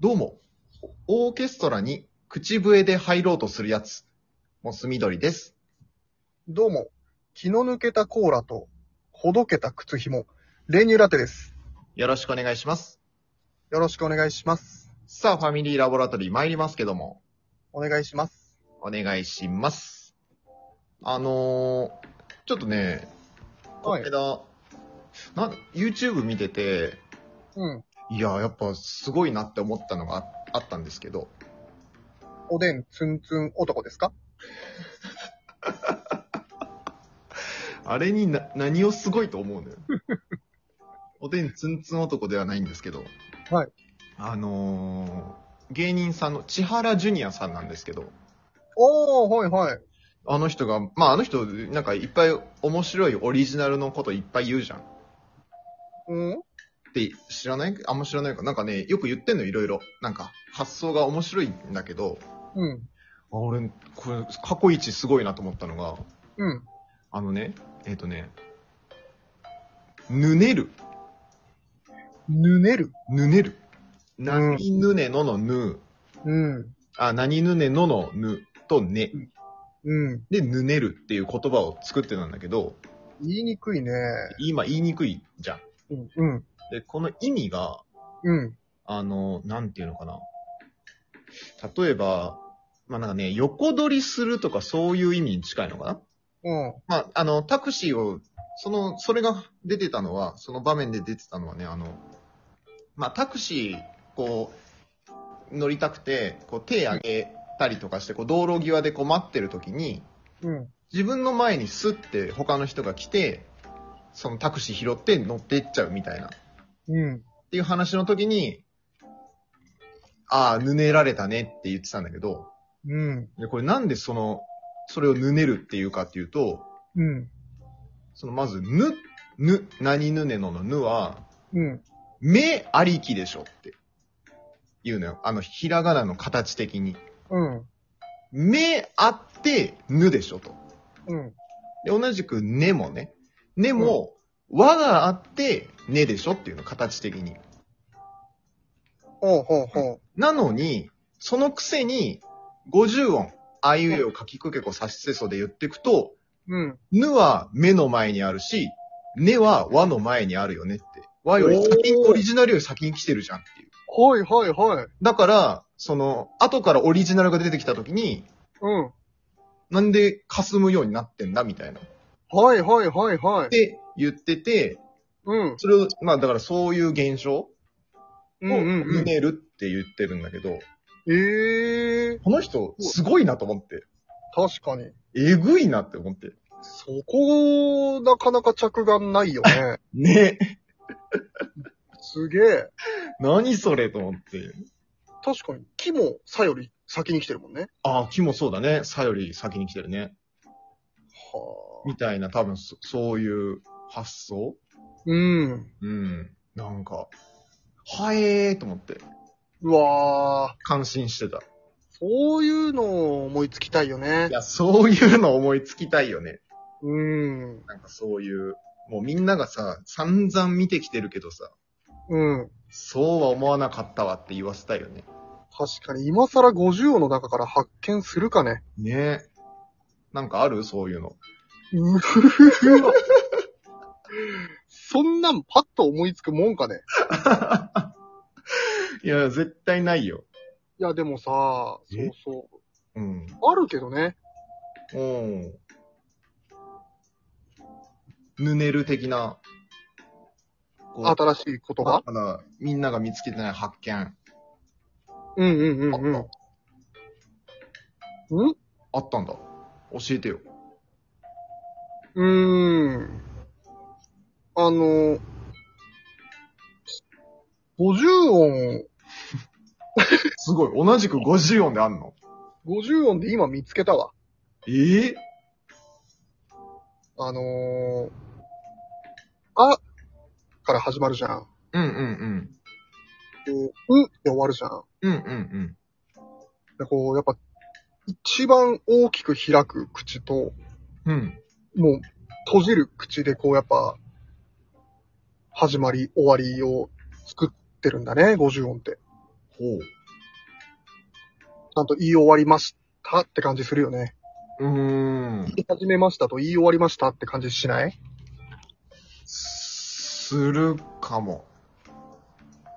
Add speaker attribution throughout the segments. Speaker 1: どうも、オーケストラに口笛で入ろうとするやつ、モスみどりです。
Speaker 2: どうも、気の抜けたコーラと、ほどけた靴紐、練乳ラテです。
Speaker 1: よろしくお願いします。
Speaker 2: よろしくお願いします。
Speaker 1: さあ、ファミリーラボラトリー参りますけども、
Speaker 2: お願いします。
Speaker 1: お願いします。あのー、ちょっとね、こ
Speaker 2: はい
Speaker 1: れだ、な、YouTube 見てて、
Speaker 2: うん。
Speaker 1: いや、やっぱすごいなって思ったのがああったんですけど、
Speaker 2: おでんツンツン男ですか
Speaker 1: あれにな何をすごいと思うのよ。 おでんツンツン男ではないんですけど。
Speaker 2: はい。
Speaker 1: あのー芸人さんの千原ジュニアさんなんですけど、
Speaker 2: おー、はいはい。
Speaker 1: あの人が、まああの人、なんかいっぱい面白いオリジナルのこといっぱい言うじゃん。っ
Speaker 2: うん
Speaker 1: て知らないあんま知らないか。なんかね、よく言ってんのいろいろ。なんか発想が面白いんだけど、
Speaker 2: う
Speaker 1: あ
Speaker 2: ん。
Speaker 1: 俺、これ過去一すごいなと思ったのが、
Speaker 2: うん。
Speaker 1: あのね、えっ、とね、ぬねる。
Speaker 2: ぬねる。
Speaker 1: ぬねる。
Speaker 2: うん
Speaker 1: 何ぬねののぬ。
Speaker 2: うん。
Speaker 1: あ、何ぬねののぬとね。
Speaker 2: うん。
Speaker 1: で、ぬねるっていう言葉を作ってたんだけど、
Speaker 2: 言いにくいね。
Speaker 1: 今言いにくいじゃん。
Speaker 2: うん。うん。
Speaker 1: で、この意味が、
Speaker 2: うん。
Speaker 1: あの、なんていうのかな。例えば、まあなんかね、横取りするとかそういう意味に近いのかな
Speaker 2: うん。
Speaker 1: まあ、あの、タクシーを、その、それが出てたのは、その場面で出てたのはね、あの、まあ、タクシー、こう、乗りたくて、こう、手上げたりとかして、こう、道路際でこう待ってる時に、
Speaker 2: うん。
Speaker 1: 自分の前にスッて他の人が来て、そのタクシー拾って乗ってっちゃうみたいな、っ
Speaker 2: うん。
Speaker 1: ていう話の時に、ああ、ぬねられたねって言ってたんだけど、
Speaker 2: うん。
Speaker 1: で、これなんでその、それをぬねるっていうかっていうと、
Speaker 2: うん。
Speaker 1: そのまず、ぬ、ぬ、何ぬねののぬは、
Speaker 2: うん。
Speaker 1: 目ありきでしょって言うのよ。あの、ひらがなの形的に。
Speaker 2: うん。
Speaker 1: 目あって、ぬでしょと。
Speaker 2: うん。
Speaker 1: で、同じく、ねもね。ねも、和があって、ねでしょっていうの、形的に。
Speaker 2: ほうほうほ
Speaker 1: なのに、そのくせに、50音、あいうえを書きくけこさしせそで言っていくと、
Speaker 2: う。うん。
Speaker 1: ぬは目の前にあるし、ねは和の前にあるよねって。和より先に、
Speaker 2: おー
Speaker 1: オリジナルより先に来てるじゃんっていう。
Speaker 2: はいはいはい。
Speaker 1: だから、その、後からオリジナルが出てきた時に、
Speaker 2: うん。
Speaker 1: なんで霞むようになってんだみたいな。っ
Speaker 2: はいはいはいはい。
Speaker 1: て言ってて、
Speaker 2: うん。
Speaker 1: それを、まあだからそういう現象を、
Speaker 2: うんうんう
Speaker 1: ぬ
Speaker 2: ん。
Speaker 1: ねるって言ってるんだけど、
Speaker 2: ええー、
Speaker 1: この人、すごいなと思って。
Speaker 2: 確かに。
Speaker 1: えぐいなって思って。
Speaker 2: そこ、なかなか着眼ないよ ね。
Speaker 1: ね。
Speaker 2: すげえ。
Speaker 1: 何それと思って。
Speaker 2: 確かに、木もさより先に来てるもんね。
Speaker 1: ああ、木もそうだね。さより先に来てるね。
Speaker 2: はあ。
Speaker 1: みたいな、多分そ、そういう発想
Speaker 2: うん。
Speaker 1: うん。なんか、はえーと思って、
Speaker 2: うわあ。
Speaker 1: 感心してた。
Speaker 2: そういうのを思いつきたいよね
Speaker 1: い。や、そういうの思いつきたいよね。
Speaker 2: うん。
Speaker 1: なんかそういう、もうみんながさ、散々見てきてるけどさ、
Speaker 2: うん。
Speaker 1: そうは思わなかったわって言わせたいよね。
Speaker 2: 確かに、今更50音の中から発見するかね。
Speaker 1: ねえ。なんかあるそういうの。
Speaker 2: うふふふ。そんなんパッと思いつくもんかね。
Speaker 1: いや、絶対ないよ。
Speaker 2: いや、でもさ、そ
Speaker 1: え
Speaker 2: うそ
Speaker 1: うん。
Speaker 2: う。あるけどね。
Speaker 1: うん。ぬねる的な。こう
Speaker 2: 新しい言葉。
Speaker 1: まだみんなが見つけてない発見。
Speaker 2: うんうんうんうん。ん
Speaker 1: あったんだ。教えてよ。
Speaker 2: うーん。あの、50音、
Speaker 1: すごい。同じく50音であんの。
Speaker 2: 50音で今見つけたわ。
Speaker 1: ええ
Speaker 2: あのー、あから始まるじゃん。
Speaker 1: うんうん
Speaker 2: こう、んで終わるじゃん。
Speaker 1: うん。うんうん
Speaker 2: で、こう、やっぱ、一番大きく開く口と、
Speaker 1: うん。うん。
Speaker 2: もう、閉じる口で、こう、やっぱ、始まり、終わりを作ってるんだね、50音って。
Speaker 1: おう。
Speaker 2: ちゃんと言い終わりましたって感じするよね。
Speaker 1: うーん。
Speaker 2: 言い始めましたと言い終わりましたって感じしない
Speaker 1: するかも。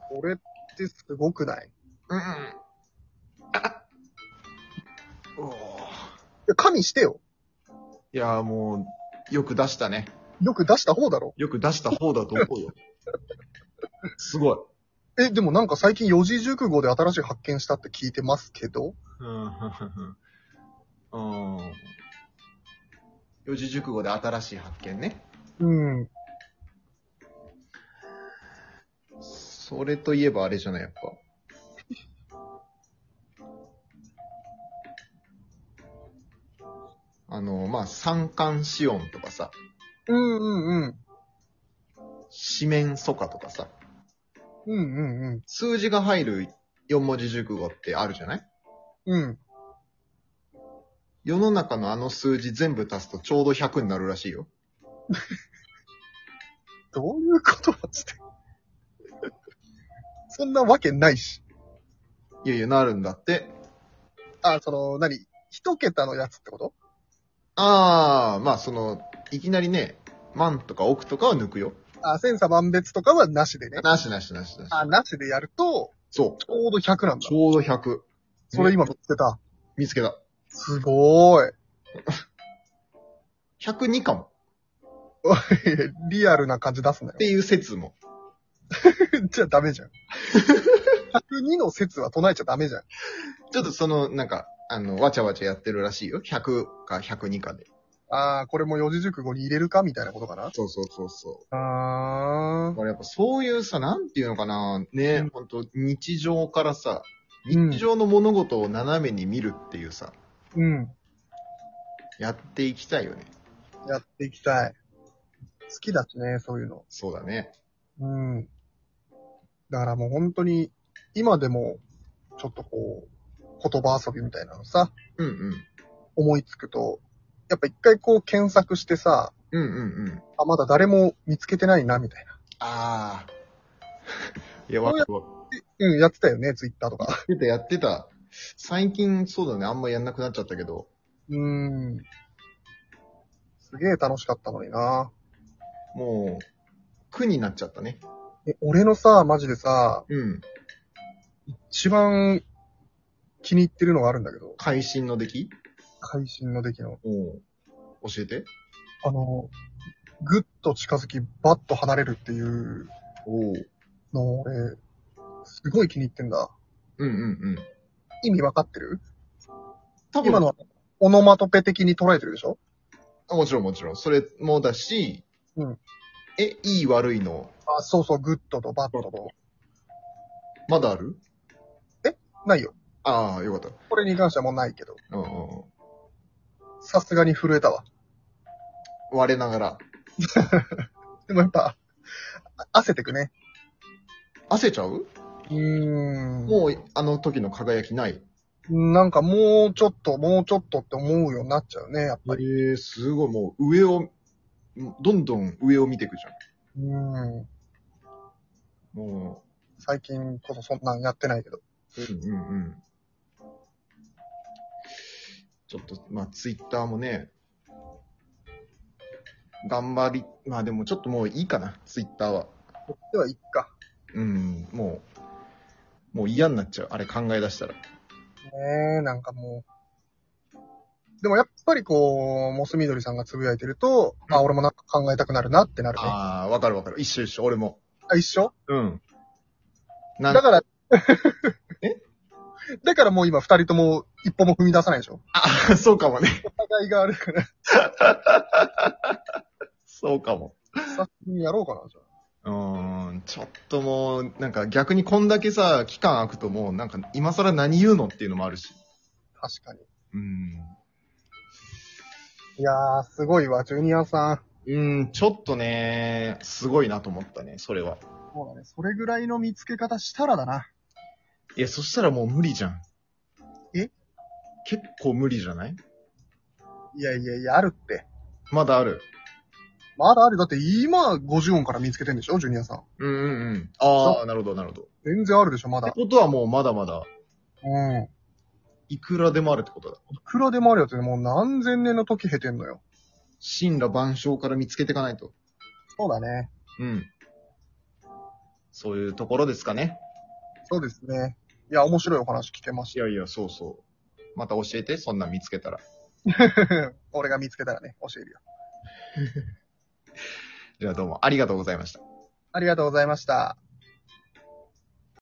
Speaker 2: これってすごくない
Speaker 1: うんうん。あおー
Speaker 2: 加味してよ。
Speaker 1: いやーもう、よく出したね。
Speaker 2: よく出した方だろ。
Speaker 1: よく出した方だと思 うよ。すごい。
Speaker 2: え、でもなんか最近四字熟語で新しい発見したって聞いてますけど、
Speaker 1: うんうんうんうん。四字熟語で新しい発見ね。
Speaker 2: うん。
Speaker 1: それといえばあれじゃない、やっぱ。あの、まあ、三寒四温とかさ、
Speaker 2: うんうんうん。
Speaker 1: 四面楚歌とかさ、
Speaker 2: うんうんうん。
Speaker 1: 数字が入る四文字熟語ってあるじゃない
Speaker 2: うん。
Speaker 1: 世の中のあの数字全部足すとちょうど100になるらしいよ。
Speaker 2: どういうことだっつって。 そんなわけないし。
Speaker 1: いやいや、なるんだって。
Speaker 2: あ、その、何一桁のやつってこと
Speaker 1: ああ、まあその、いきなりね、万とか億とかは抜くよ。
Speaker 2: あ、千差万別とかはなしでね。
Speaker 1: なしなしなしなし。
Speaker 2: あ、なしでやると、
Speaker 1: そ
Speaker 2: ちょうど100なん
Speaker 1: う。
Speaker 2: だ
Speaker 1: ち。ょうど100。
Speaker 2: それ今見つけた。
Speaker 1: 見つけた。
Speaker 2: すごーい。
Speaker 1: 102かも。
Speaker 2: リアルな感じ出すなよ
Speaker 1: っ。ていう説も。
Speaker 2: じゃあダ メじゃん。102の説は唱えちゃダメじゃん。
Speaker 1: ちょっとその、なんか、あの、わちゃわちゃやってるらしいよ。100か102かで。
Speaker 2: あー、これも四字熟語に入れるかみたいなことかな
Speaker 1: そうそうそうそう。
Speaker 2: あ
Speaker 1: だからやっぱそういうさ、なんていうのかな、ね、
Speaker 2: うん
Speaker 1: ほんと日常からさ、
Speaker 2: うん
Speaker 1: 日常の物事を斜めに見るっていうさ、
Speaker 2: ー。うん。
Speaker 1: やっていきたいよね。
Speaker 2: やっていきたい。好きだしね、そういうの。
Speaker 1: そうだね。
Speaker 2: うん。だからもう本当に、今でも、ちょっとこう、言葉遊びみたいなのさ、
Speaker 1: うんうん。
Speaker 2: 思いつくと、やっぱ一回こう検索してさ、
Speaker 1: うんうんうん。
Speaker 2: あ、まだ誰も見つけてないな、みたいな。
Speaker 1: ああ。いや、わかるわ。
Speaker 2: うん、やってたよね、ツイッターとか。
Speaker 1: やってた、やってた。最近、そうだね、あんまやんなくなっちゃったけど。
Speaker 2: うーん。すげえ楽しかったのにな。
Speaker 1: もう、苦になっちゃったね。
Speaker 2: え、俺のさ、マジでさ、
Speaker 1: うん。
Speaker 2: 一番気に入ってるのがあるんだけど、
Speaker 1: 会心の出来
Speaker 2: 会心の出来の。
Speaker 1: うん。教えて。
Speaker 2: あの、ぐっと近づき、バッと離れるっていう
Speaker 1: おお。
Speaker 2: のを俺、すごい気に入ってんだ。
Speaker 1: うんうんうん。
Speaker 2: 意味わかってる
Speaker 1: 多分
Speaker 2: 今のはオノマトペ的に捉えてるでしょ
Speaker 1: あもちろんもちろん。それもだし、
Speaker 2: うん。
Speaker 1: え、いい悪いの、
Speaker 2: あ、そうそう、グッドとバッドと。
Speaker 1: まだある
Speaker 2: ないよ。
Speaker 1: ああ、よかっ
Speaker 2: これに関してはもうないけど。
Speaker 1: た。うんうんうん。
Speaker 2: さすがに震えたわ。
Speaker 1: 我ながら。
Speaker 2: でもやっぱ、あ焦ってくね。
Speaker 1: 焦っちゃう
Speaker 2: うーん。
Speaker 1: もう、あの時の輝きない。
Speaker 2: なんかもうちょっと、もうちょっとって思うようになっちゃうね、やっ
Speaker 1: え
Speaker 2: ぱり。
Speaker 1: えすごい、もう上を、どんどん上を見ていくじゃん。
Speaker 2: うん。
Speaker 1: も
Speaker 2: 最近こそそんなんやってないけど。
Speaker 1: う、うんうんうん。ちょっと、まあ、ツイッターもね、頑張り、まあでもちょっともういいかな、ツイッターは。
Speaker 2: では、いっか。
Speaker 1: うん、もう、もう嫌になっちゃう。あれ考え出したら。
Speaker 2: ねえ、なんかもう。でもやっぱりこう、モスミドリさんがつぶやいてると、
Speaker 1: うん
Speaker 2: あ、俺もなんか考えたくなるなってなるね。あ
Speaker 1: ああ、わかるわかる。一緒一緒、俺も。
Speaker 2: 一緒
Speaker 1: うん。なん
Speaker 2: だから、
Speaker 1: え
Speaker 2: だからもう今二人とも一歩も踏み出さないでしょ
Speaker 1: あ、 そうかもね。
Speaker 2: お互いがあるから、
Speaker 1: そうかも。
Speaker 2: さっきにやろうかな、じゃ
Speaker 1: うーん、ちょっともう、なんか逆にこんだけさ、期間空くともう、なんか今更何言うのっていうのもあるし。
Speaker 2: あ。確かに。
Speaker 1: うん。
Speaker 2: いやー、すごいわ、ジュニアさん。
Speaker 1: うん、ちょっとね、すごいなと思ったね、それは。
Speaker 2: そうだね。それぐらいの見つけ方したらだな。
Speaker 1: いや、そしたらもう無理じゃん。
Speaker 2: え
Speaker 1: 結構無理じゃない
Speaker 2: いやいやいや、あるって。
Speaker 1: まだある。
Speaker 2: まだある。だって今50音から見つけてんでしょジュニアさん。
Speaker 1: うんうんうん。ああ、なるほど、なるほど。っ
Speaker 2: 全然あるでしょま
Speaker 1: て
Speaker 2: だ。
Speaker 1: ことはもうまだまだ、
Speaker 2: うん。
Speaker 1: いくらでもあるってことだ。
Speaker 2: いくらでもあるやつでもう何千年の時経てんのよ。
Speaker 1: 神羅万象から見つけていかないと。
Speaker 2: そうだね。
Speaker 1: うん。そういうところですかね。
Speaker 2: そうですね。いや、面白いお話聞けまし
Speaker 1: いやいや、そうそう。また教えて、そんなん見つけたら。
Speaker 2: た。俺が見つけたらね、教えるよ。
Speaker 1: じゃあどうもありがとうございました。
Speaker 2: ありがとうございました。